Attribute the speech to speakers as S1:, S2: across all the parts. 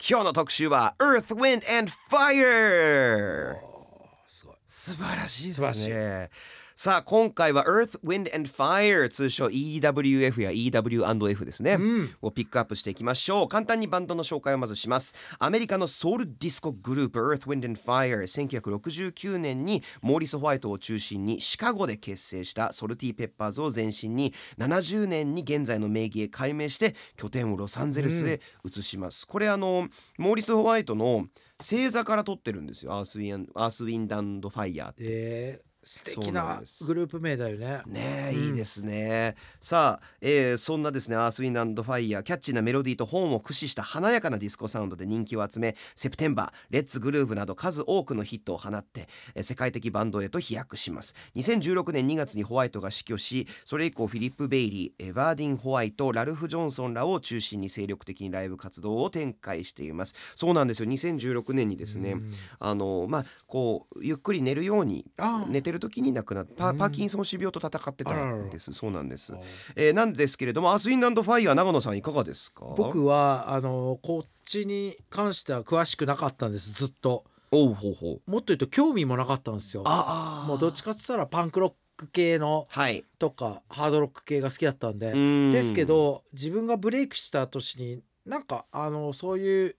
S1: 今日の特集は Earth, Wind and Fire
S2: すごい
S1: 素晴らしいで
S2: 素晴ら
S1: す
S2: しい
S1: ねさあ今回は Earth, Wind and Fire 通称 EWF や EW&F ですね、をピックアップしていきましょう簡単にバンドの紹介をまずしますアメリカのソウルディスコグループ Earth, Wind and Fire 1969年にモーリス・ホワイトを中心にシカゴで結成したソルティ・ペッパーズを前身に70年に現在の名義へ改名して拠点をロサンゼルスへ移します、これあのモーリス・ホワイトの星座から取ってるんですよアースウィンアースウィンダンドファイヤーって
S2: えー、素
S1: そ
S2: 敵
S1: うなん
S2: な
S1: です
S2: グループ名だよね
S1: ねえ、いいですねさあ、えーそんなですねアースウィンドアンドファイヤーキャッチーなメロディーと本を駆使した華やかなディスコサウンドで人気を集めセプテンバーレッツグルーブなど数多くのヒットを放って、えー世界的バンドへと飛躍します2016年2月にホワイトが死去しそれ以降フィリップ・ベイリーエヴァーディン・ホワイトラルフ・ジョンソンらを中心に精力的にライブ活動を展開していますそうなんですよ2016年にですね、あのまあこうゆっくり寝るように
S2: あー
S1: 寝てる時に亡くなってパ
S2: うん
S1: パーキンソン氏病と戦ってた
S2: あららら
S1: んですそうなんです
S2: あー、
S1: えーなんですけれどもアスウィンドファイヤー長野さんいかがですか
S2: 僕はあのこっちに関しては詳しくなかったんですずっと
S1: おうほうほう
S2: もっと言うと興味もなかったんですよ
S1: ああ
S2: もうどっちかって言ったらパンクロック系の
S1: はい
S2: とかハードロック系が好きだったんで、
S1: で
S2: ですけど自分がブレイクした年になんかあのそういう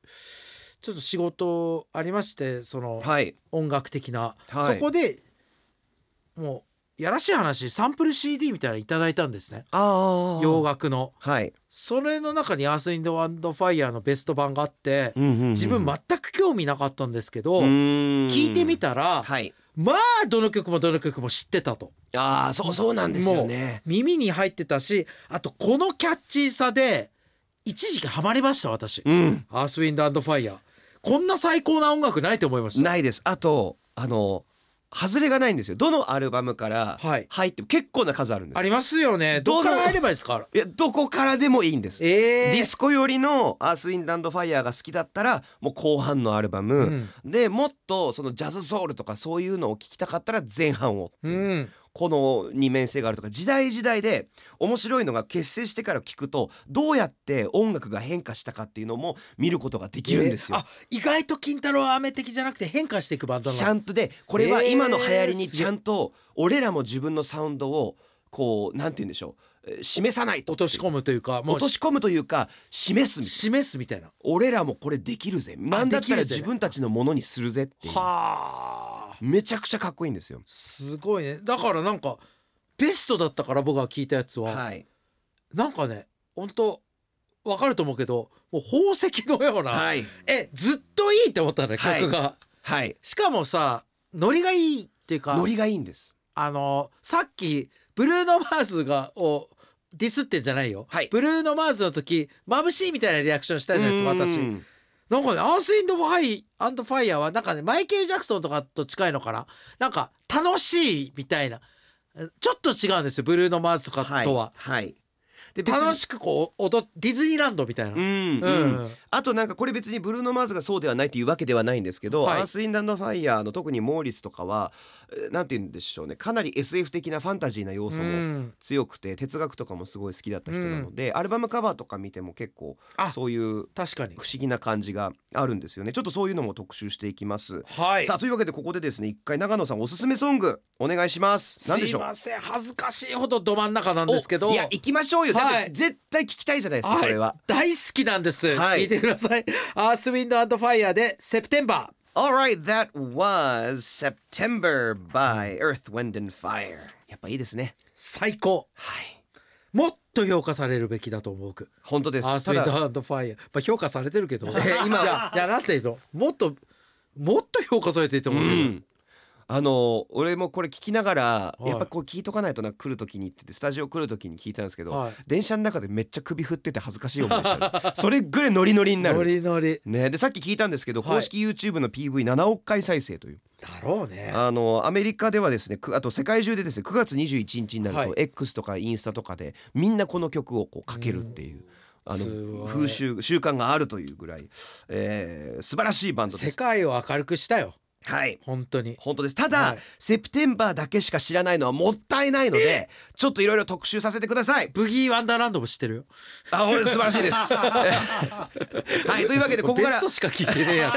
S2: ちょっと仕事ありましてその
S1: はい
S2: 音楽的な、
S1: はい
S2: そこでもうやらしい話サンプル CD みたいなのいただいたんですね
S1: ああ
S2: 洋楽の
S1: はい、
S2: それの中に「アース・インド・ワンド・ファイヤー」のベスト版があって、
S1: うんうんうん
S2: 自分全く興味なかったんですけど、
S1: 聞
S2: 聞いてみたら、
S1: はい
S2: まあどの曲もどの曲も知ってたと
S1: ああそうそうなんですよね
S2: 耳に入ってたしあとこのキャッチーさで一時期ハマりました私、
S1: うん
S2: アース・ウィンド・アンド・ファイヤーこんな最高な音楽ないと思いました
S1: ないですあとあの外れがないんですよどのアルバムから
S2: はい
S1: 入っても結構な数あるんです
S2: ありますよね
S1: ど
S2: ど
S1: う
S2: こ
S1: ぞ
S2: から入ればいいですか
S1: いやどこからでもいいんです
S2: え
S1: デ
S2: え
S1: ィスコ寄りのアースウィンドアンドファイヤーが好きだったらもう後半のアルバム、でもっとそのジャズソウルとかそういうのを聞きたかったら前半をって
S2: う、
S1: いうんこの二面性があるとか時代時代で面白いのが結成してから聞くとどうやって音楽が変化したかっていうのも見ることができるんですよ。
S2: あ意外と金太郎は雨的じゃなくて変化していくバンドな
S1: ち
S2: の
S1: ゃんとでこれは今の流行り
S2: え
S1: に
S2: ーす
S1: ち
S2: げえ
S1: ゃんと俺らも自分のサウンドをこうなんて言うんでしょうえー示さないと
S2: 落とし込むというかもう
S1: 落とし込むというか示すみたいな
S2: 示すみたいな
S1: 俺らもこれできるぜなんだったら
S2: できるぜ
S1: 自分たちのものにするぜっていう
S2: はあ
S1: めちゃくちゃかっこいいんですよ
S2: すごいねだからなんかベストだったから僕が聞いたやつは、
S1: はい
S2: なんかね本当わかると思うけどもう宝石のような、
S1: はい
S2: えずっといいって思ったのね
S1: はい
S2: 曲が、
S1: はい
S2: しかもさノリがいいっていうか
S1: ノリがいいんです
S2: あのさっきブルーノ・マーズがをディスってんじゃないよ、
S1: はい
S2: ブルーノ・マーズの時眩しいみたいなリアクションしたじゃないですか私
S1: うん
S2: なんかね、アース・インド・ファイアンド・ファイヤーは、なんかね、マイケル・ジャクソンとかと近いのかななんか、楽しいみたいな。ちょっと違うんですよ、ブルーノ・マーズとか
S1: はい
S2: とは。
S1: はいで
S2: 楽
S1: い
S2: しくこう、踊っディズニーランドみたいな。
S1: うんうん、
S2: うん
S1: あとなんかこれ別にブルーノ・マーズがそうではないというわけではないんですけど、
S2: はい
S1: アース・インダンド・ファイヤーの特にモーリスとかはえーなんて言うんでしょうねかなり SF 的なファンタジーな要素
S2: う
S1: も
S2: ん
S1: 強くて哲学とかもすごい好きだった人なので、アルバムカバーとか見ても結構
S2: あ
S1: そういう
S2: 確かに。
S1: 不思議な感じがあるんですよねちょっとそういうのも特集していきます、
S2: は
S1: さあというわけでここでですね一回長野さんおすすめソングお願いします何でしょう
S2: すいません、恥ずかしいほどど真ん中なんですけど。
S1: おいや行きましょうよだっ
S2: は
S1: て
S2: い
S1: 絶対聞きたいじゃないですか、
S2: はい
S1: それは
S2: 大好きなんです。
S1: はい
S2: 聞いてください。アース・ウィンド・アンド・ファイヤーで、セプテンバー。
S1: Alright that was September by Earth Wind and Fire やっぱいいですね
S2: 最高。
S1: はい
S2: もっと評価されるべきだと思う僕。
S1: 本当です
S2: アースウ
S1: た
S2: ィン
S1: だ
S2: ドアンドファイヤー、まあ、評価されてるけど
S1: 今
S2: いやいやなんていうのもっともっと評価されていいと思う
S1: う
S2: けど、
S1: んあの俺もこれ聞きながら、
S2: はい
S1: やっぱこう聞いとかないとな来る時にっててスタジオ来る時に聞いたんですけど、
S2: はい
S1: 電車の中でめっちゃ首振ってて恥ずかしい思いした ねそれぐらいノリノリになる
S2: ノリノリ
S1: ね、でさっき聞いたんですけど、
S2: はい
S1: 公式 YouTube の PV7 億回再生という
S2: だろうね
S1: あのアメリカではですねくあと世界中でですね9月21日になると、
S2: はい
S1: X とかインスタとかでみんなこの曲をこうかけるっていう。あ
S2: すご
S1: の
S2: い
S1: 風習習慣があるというぐらい、えー素晴らしいバンドで
S2: 世
S1: す
S2: 界を明るくしたよ
S1: はい
S2: 本当に
S1: 本当ですただ、
S2: はい
S1: セプテンバーだけしか知らないのはもったいないのでちょっといろいろ特集させてください
S2: ブギーワンダーランドも知ってるよ
S1: あお素晴らしいです はいというわけでここか
S2: ベ
S1: ら
S2: ストしか聞いてねえや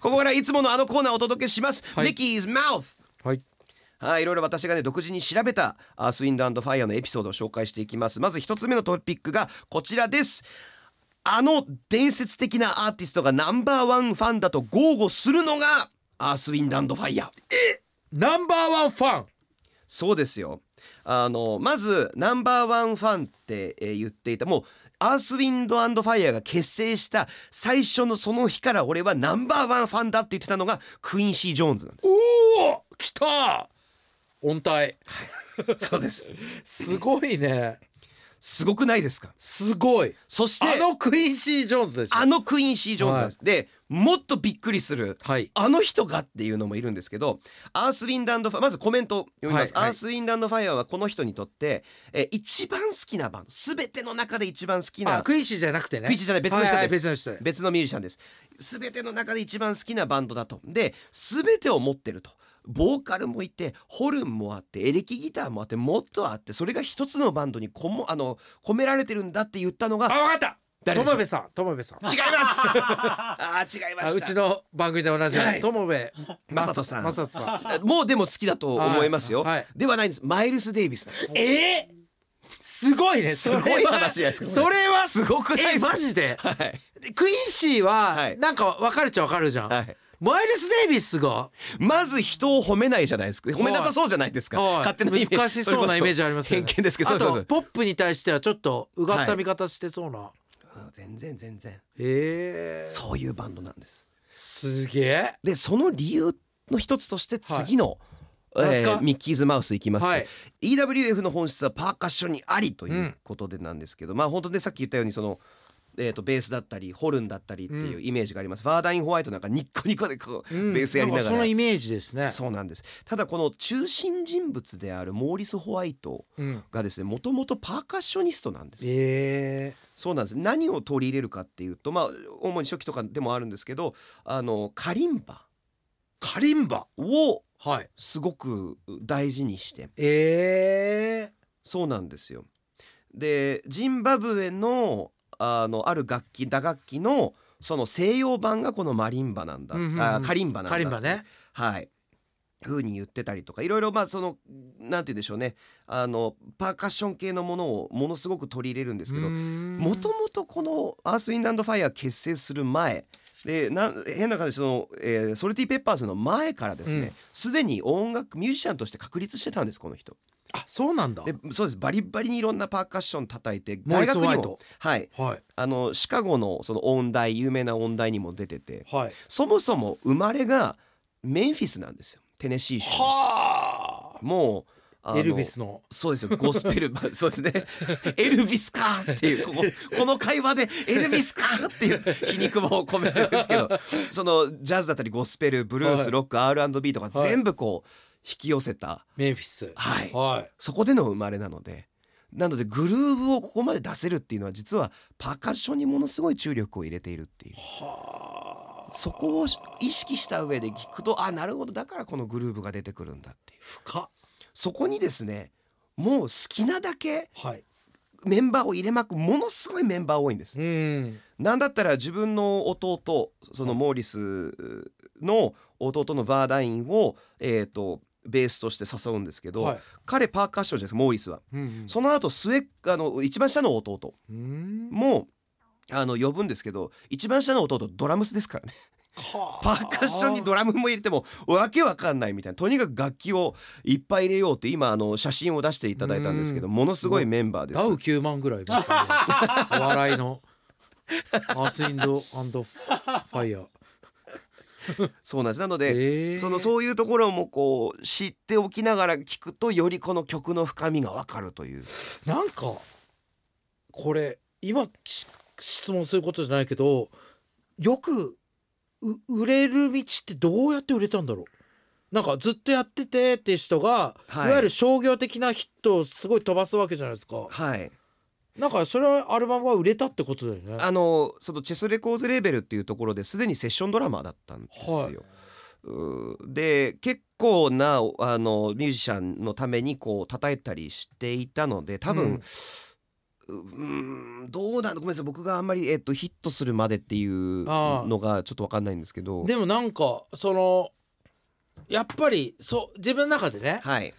S1: ここからいつものあのコーナーをお届けします、
S2: はい
S1: ミキーズマウス
S2: つはい
S1: はい、いろいろ私がね独自に調べたあースウィンドファイアのエピソードを紹介していきますまず一つ目のトピックがこちらですあの伝説的なアーティストがナンバーワンファンだと豪語するのがアースウィンドファイア
S2: ナンバーワンファン
S1: そうですよあのまずナンバーワンファンって、えー言っていたもうアースウィンドファイアが結成した最初のその日から俺はナンバーワンファンだって言ってたのがクインシー・ジョーンズなんで
S2: おお来た音体
S1: すそうです
S2: すごいね
S1: すごくないですか
S2: すごい
S1: そして
S2: あのクインシー・ジョーンズでしょ
S1: あのクイン・シー・ジョーンズなんです、でもっとびっくりする
S2: はい
S1: あの人がっていうのもいるんですけどアース・ウィンドファイアまずコメント読みます、
S2: はいはい
S1: アース・ウィンドファイアはこの人にとって、えー一番好きなバンド全ての中で一番好き
S2: あ
S1: な
S2: クインシーじゃなくてね
S1: クインシーじゃない別の人です
S2: はは別の人で
S1: 別のミュージシャンです全ての中で一番好きなバンドだとで全てを持ってるとボーカルもいてホルンもあってエレキギターもあってもっとあってそれが一つのバンドにこもあの込められてるんだって言ったのが
S2: あわかった
S1: 誰でしょ
S2: 友
S1: う
S2: 部さん友部さん
S1: 違います あー違いました
S2: あうちの番組でおなじみ
S1: はい
S2: 友部
S1: 正人さん
S2: 正人さん
S1: もうでも好きだと思いますよ、
S2: はいはい
S1: ではないんですマイルス・デイビスなんです
S2: えーすごいね
S1: す
S2: そ
S1: ご
S2: れ
S1: い
S2: は
S1: 話じゃないですか
S2: それは
S1: すごくないで
S2: え
S1: すか
S2: マジで
S1: はい
S2: クインシー
S1: は
S2: はいなんかわかるっちゃわかるじゃん、
S1: はい
S2: マイルス・デイビスが
S1: まず人を褒めないじゃないですか褒めなさそうじゃないですか
S2: はい
S1: 勝手なイメージ
S2: 難しそうなイメージありますよね
S1: 偏見ですけど
S2: あ
S1: そうそうそ
S2: と
S1: う
S2: ポップに対してはちょっとうがった見方してそうな、
S1: あ全然全然
S2: ええー、
S1: そういうバンドなんです
S2: すげえ
S1: でその理由の一つとして次の、
S2: はい
S1: えー
S2: なんすか
S1: ミッキーズマウスいきます、
S2: はい
S1: EWF の本質はパーカッションにありということでなんですけど、まあ本当ねさっき言ったようにその、えー、とベースだったりホルンだったりっていうイメージがあります、ファーダイン・ホワイトなんかニッコニコでこう、
S2: うん
S1: ベースやりなが
S2: ん
S1: ら
S2: かそのイメージですね
S1: そうなんですただこの中心人物であるモーリス・ホワイト
S2: うん、
S1: がですねもともとパーカッショニストなんです
S2: え
S1: そうなんです何を取り入れるかっていうとまあ主に初期とかでもあるんですけどあのカリンバ
S2: ー、カリンバ
S1: を
S2: はい
S1: すごく大事にして
S2: え
S1: そうなんですよでジンバブエのあのある楽器打楽器のその西洋版がこのマリンバなんだ、
S2: うんうんうん
S1: あカリンバ
S2: ー、
S1: なんだ
S2: カリンバね
S1: はい風に言ってたりとかいろいろまあそのなんて言うんでしょうねあのパーカッション系のものをものすごく取り入れるんですけども
S2: も
S1: ともとこのアースウィンドファイア結成する前でなん変な感じその、えーソルティペッパーズの前からです
S2: うん
S1: ねすで、に音楽ミュージシャンとして確立してたんですこの人
S2: あそうなんだ
S1: でそうですバリバリにいろんなパーカッション叩いて
S2: モ
S1: 大
S2: ーリス
S1: 学
S2: ホワ
S1: にも
S2: イト
S1: はい
S2: はい
S1: あのシカゴのその音大有名な音大にも出てて
S2: はい
S1: そもそも生まれがメンフィスなんですよテネシー州
S2: は
S1: もうあ
S2: あ
S1: の
S2: エルビスの
S1: そうですよゴスペルまあ そうですねエルビスかっていうこここの会話でエルビスかっていう皮肉も込めてるんですけどそのジャズだったりゴスペルブルース、
S2: はい
S1: ロック R&B とか
S2: はい
S1: 全部こう引き寄せた、
S2: メンフィス
S1: はい
S2: はい
S1: そこでの生まれなのでなのでグルーブをここまで出せるっていうのは実はパーカッションにものすごい注力を入れているっていう
S2: はあ
S1: そこを意識した上で聞くとあなるほどだからこのグルーブが出てくるんだっていう
S2: 深っ
S1: そこにですねもう好きなだけ
S2: はい
S1: メンバーを入れまくものすごいメンバー多いんです。
S2: うん
S1: なんだったら自分の弟そのモーリスの弟のバーダインを、えー、とベースとして誘うんですけど、
S2: はい
S1: 彼パーカッションじゃないですかモーリスは。
S2: うん
S1: その後末あの一番下の弟
S2: うん
S1: もあの呼ぶんですけど一番下の弟ドラムスですからね。
S2: はあ
S1: パーカッションにドラムも入れてもわけわかんないみたいなとにかく楽器をいっぱい入れようって今あの写真を出していただいたんですけど
S2: う
S1: ものすごいメンバーです
S2: ダウ9万ぐらいいま したねお笑いのアースインドアンドファイヤー
S1: そうなんですなので、
S2: えー
S1: そのそういうところもこう知っておきながら聞くとよりこの曲の深みがわかるという
S2: なんかこれ今し質問することじゃないけどよくう売れる道ってどうやって売れたんだろうなんかずっとやっててって人が、
S1: はい
S2: い、わゆる商業的なヒットをすごい飛ばすわけじゃないですか
S1: はい
S2: なんかそれはアルバムが売れたってことだよね
S1: あのそのチェスレコーズレーベルっていうところですでにセッションドラマーだったんですよ、
S2: はい
S1: うーで結構なあのミュージシャンのためにこう叩いたりしていたので多分、ううーんどうなのごめんなさい僕があんまり、えっとヒットするまでっていう
S2: あー
S1: のがちょっと分かんないんですけど
S2: でもなんかそのやっぱりそう自分の中でね
S1: はい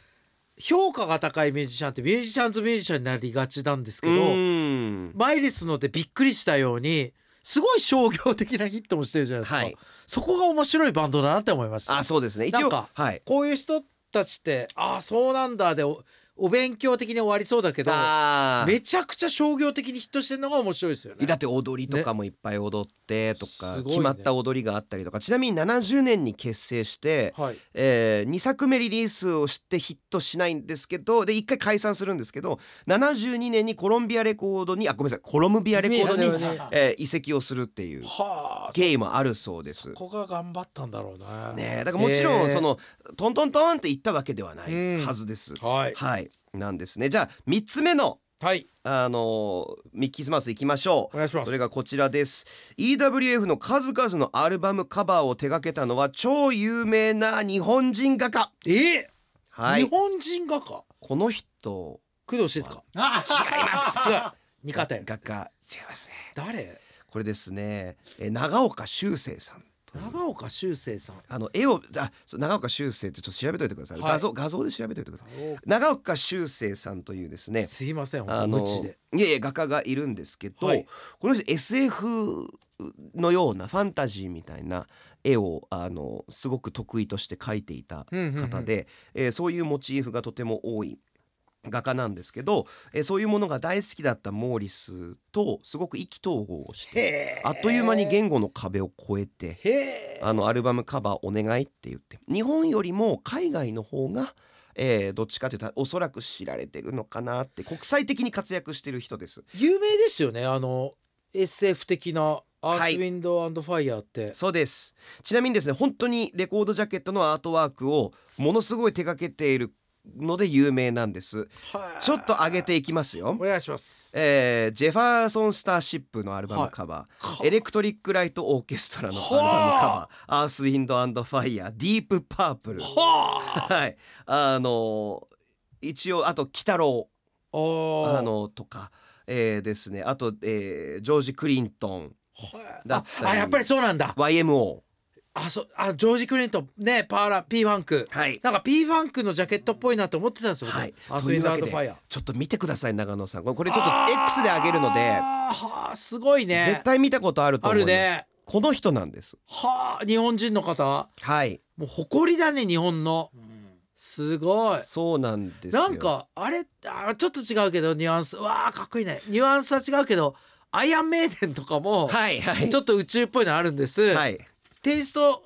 S2: 評価が高いミュージシャンってミュージシャンズミュージシャンになりがちなんですけ
S1: う
S2: ど
S1: ーん
S2: マイリスのでびっくりしたようにすごい商業的なヒットもしてるじゃないですか、
S1: はい
S2: そこが面白いバンドだなって思いました
S1: あそうですね一
S2: なん
S1: 応
S2: か
S1: はい
S2: こういう人たちってああそうなんだでおお勉強的に終わりそうだけど
S1: あー
S2: めちゃくちゃ商業的にヒットしてるのが面白いですよね
S1: だって踊りとかもいっぱい踊ってとか、
S2: ねすごいね
S1: 決まった踊りがあったりとかちなみに70年に結成して、
S2: はい
S1: え2作目リリースをしてヒットしないんですけどで1回解散するんですけど72年にコロンビアレコードにあごめんなさいコロムビアレコード
S2: いや
S1: に、
S2: でもね
S1: えー移籍をするっていう
S2: はあ
S1: 経緯もあるそうです
S2: そ。こが頑張ったんだろうな
S1: ねえだからもちろ
S2: え
S1: ん
S2: ー
S1: その、トントントンって言ったわけではな
S2: う
S1: い
S2: ん
S1: はずです。
S2: はい
S1: はいなんですねじゃあ3つ目の、
S2: はい
S1: あのーミッキーズマウスいきましょう
S2: お。願いします
S1: それがこちらです EWF の数々のアルバムカバーを手掛けたのは超有名な日本人画家
S2: えー
S1: は
S2: 日
S1: い
S2: 本人画家
S1: この人
S2: 工藤静香
S3: あ
S2: 違い ます 違う二課点
S1: 画家違いますね
S2: 誰
S1: これですねえー長岡修生さんという
S2: 長岡修正さん
S1: あの絵をあそう長岡修生ってちょっと調べといてください、
S2: はい
S1: 画像画像で調べといてください長岡修生さんというですね
S2: すいません
S1: あ
S2: 本当
S1: の
S2: 無知で
S1: いえいえ画家がいるんですけど、
S2: はい
S1: この人 SF のようなファンタジーみたいな絵をあのすごく得意として描いていた方で、えーそういうモチーフがとても多い画家なんですけど、えーそういうものが大好きだったモーリスとすごく意気投合をして
S2: へー
S1: あっという間に言語の壁を越えて
S2: へー
S1: あのアルバムカバーお願いって言って日本よりも海外の方が、えーどっちかというとおそらく知られてるのかなって国際的に活躍してる人です
S2: 有名ですよねあの SF 的なア
S1: は
S2: ー
S1: い
S2: スウィンドアファイヤーって
S1: そうですちなみにですね本当にレコードジャケットのアートワークをものすごい手掛けているので有名なんです
S2: はい
S1: ちょっと上げていきますよ
S2: お願いします
S1: えージェファーソン・スターシップのアルバムカバー、エレクトリック・ライト・オーケストラのアルバムカバー「アース・ウィンド・アンド・ファイヤー」「ディープ・パープル」
S2: は
S1: はい、あの一応あと鬼太郎
S2: あー
S1: あのとか、えーですねあと、えージョージ・クリントン
S2: はい
S1: だった
S2: あ
S1: り
S2: あやっぱりそうなんだ
S1: YMO
S2: あそうあジョージ・クリントンねパーラ P ファンク
S1: はい
S2: なんか P ファンクのジャケットっぽいなと思ってたんですよ僕
S1: はい
S2: アースウ
S1: とい
S2: ィン
S1: う
S2: ドア
S1: わ
S2: フ
S1: けで
S2: ァイヤー
S1: ちょっと見てください長野さんこれこれちょっと X で上げるので
S2: あーはあすごいね
S1: 絶対見たことあると
S2: あ
S1: 思い
S2: る
S1: ます、
S2: ね
S1: この人なんです
S2: はあ日本人の方
S1: はい
S2: もう誇りだね日本のすごい
S1: そうなんですよ
S2: なんかあれあーちょっと違うけどニュアンスわあかっこいいねニュアンスは違うけどアイアンメイデンとかも
S1: はいはい
S2: ちょっと宇宙っぽいのあるんです、
S1: はい
S2: テイスト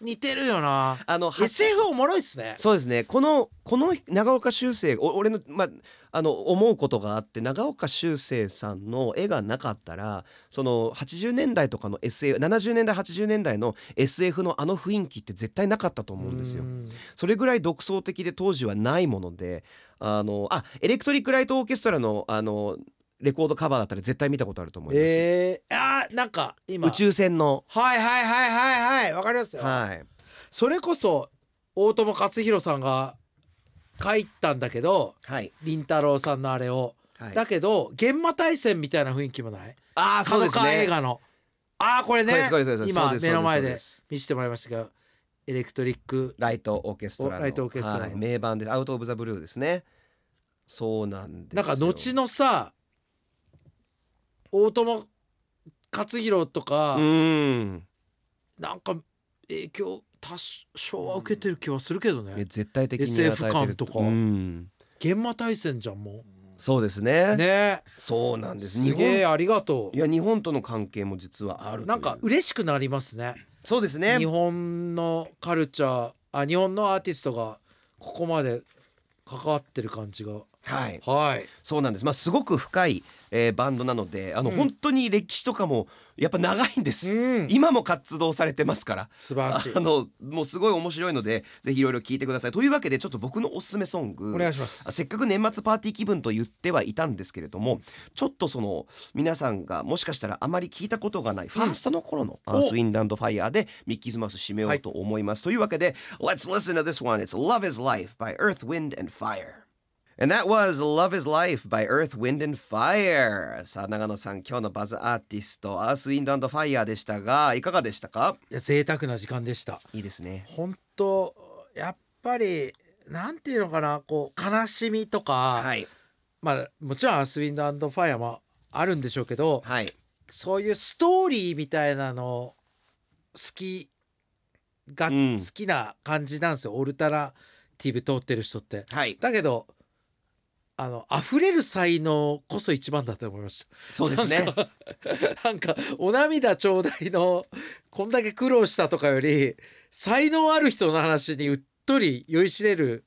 S2: 似てるよな
S1: あのは
S2: SF おもろいっすね
S1: そうですねこのこの長岡修正お俺の,、まあ、あの思うことがあって長岡修正さんの絵がなかったらその80年代とかの SF70 年代80年代の SF のあの雰囲気って絶対なかったと思うんですよ。
S2: ん
S1: それぐらい独創的で当時はないものであのあエレクトリック・ライト・オーケストラのあのレコードカバーだったら絶対見たことあると思います。
S2: えー、あーなんか今
S1: 宇宙船の
S2: はいはいはいはいはいわかりますよ、
S1: はい
S2: それこそ大友克洋さんが書いたんだけど
S1: はい、
S2: 凛太郎さんのあれを、
S1: はい、
S2: だけど現場対戦みたいな雰囲気もない
S1: ああそう
S2: 角
S1: です
S2: 川映
S1: ね。
S2: 画のああこれ
S1: これで
S2: ね
S1: すこれですこれです
S2: 今
S1: そうす
S2: 目の
S1: そ
S2: 前
S1: う
S2: です見せてもらいましたがエレクトリック
S1: ライトオーケストラの
S2: おライトオーケストラの
S1: はい名盤ですアウト・オブ・ザ・ブルーですねそうなんです
S2: な
S1: よ
S2: んか後のさ大友克洋とか、
S1: うん
S2: なんか影響多少は受けてる気はするけどね、
S1: え絶対的に
S2: SF
S1: 与えてる
S2: 感とか
S1: うん
S2: 現場対戦じゃんも
S1: そうです
S2: う
S1: ね
S2: ね
S1: そうなんです
S2: す
S1: 日
S2: げえ
S1: 本
S2: ありがと
S1: いや日本との関係も実はあるという
S2: うなんか嬉しくなりますね
S1: そうですね
S2: 日本のカルチャーあ日本のアーティストがここまで関わってる感じが
S1: はい
S2: はい
S1: そうなんです、まあ、すごく深い、えーバンドなのであの、
S2: うん
S1: 本当に歴史とかもやっぱ長いんです、
S2: うん
S1: 今も活動されてますから
S2: 素晴らしい
S1: あのもうすごい面白いのでぜひいろいろ聞いてくださいというわけでちょっと僕のおすすめソング
S2: お願いします
S1: せっかく年末パーティー気分と言ってはいたんですけれどもちょっとその皆さんがもしかしたらあまり聞いたことがないファーストの頃の「
S2: お
S1: アースウィンドアンドファイヤー」でミッキーズマウス締めようと思います、というわけで「Let's listen to this one It's Love is Life by Earth, Wind and Fire」And that was Love is Life by Earth, Wind and Fire さあ長野さん今日のバズアーティスト「アースウィンドアンドファイヤー」でしたがいかがでしたか
S2: いや贅沢な時間でした
S1: いいですね
S2: 本当やっぱりなんていうのかなこう悲しみとか、
S1: はい
S2: まあもちろん「アースウィンドアンドファイア」もあるんでしょうけど
S1: はい
S2: そういうストーリーみたいなの好きが、
S1: うん
S2: 好きな感じなんですよオルタナティブ通ってる人って。
S1: はい
S2: だけどあの溢れる才能こそ一番だと思いました。
S1: そうです ね
S2: なんか なんかお涙ちょうだいのこんだけ苦労したとかより才能ある人の話にうっとり酔いしれる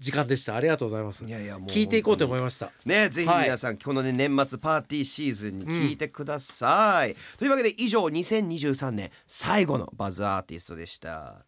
S2: 時間でしたありがとうございます
S1: いやいやもう
S2: 聞いていこうと思
S1: い
S2: いました
S1: ねぜひ皆さん、このね年末パーティーシーズンに聞いてください、というわけで以上2023年最後のバズアーティストでした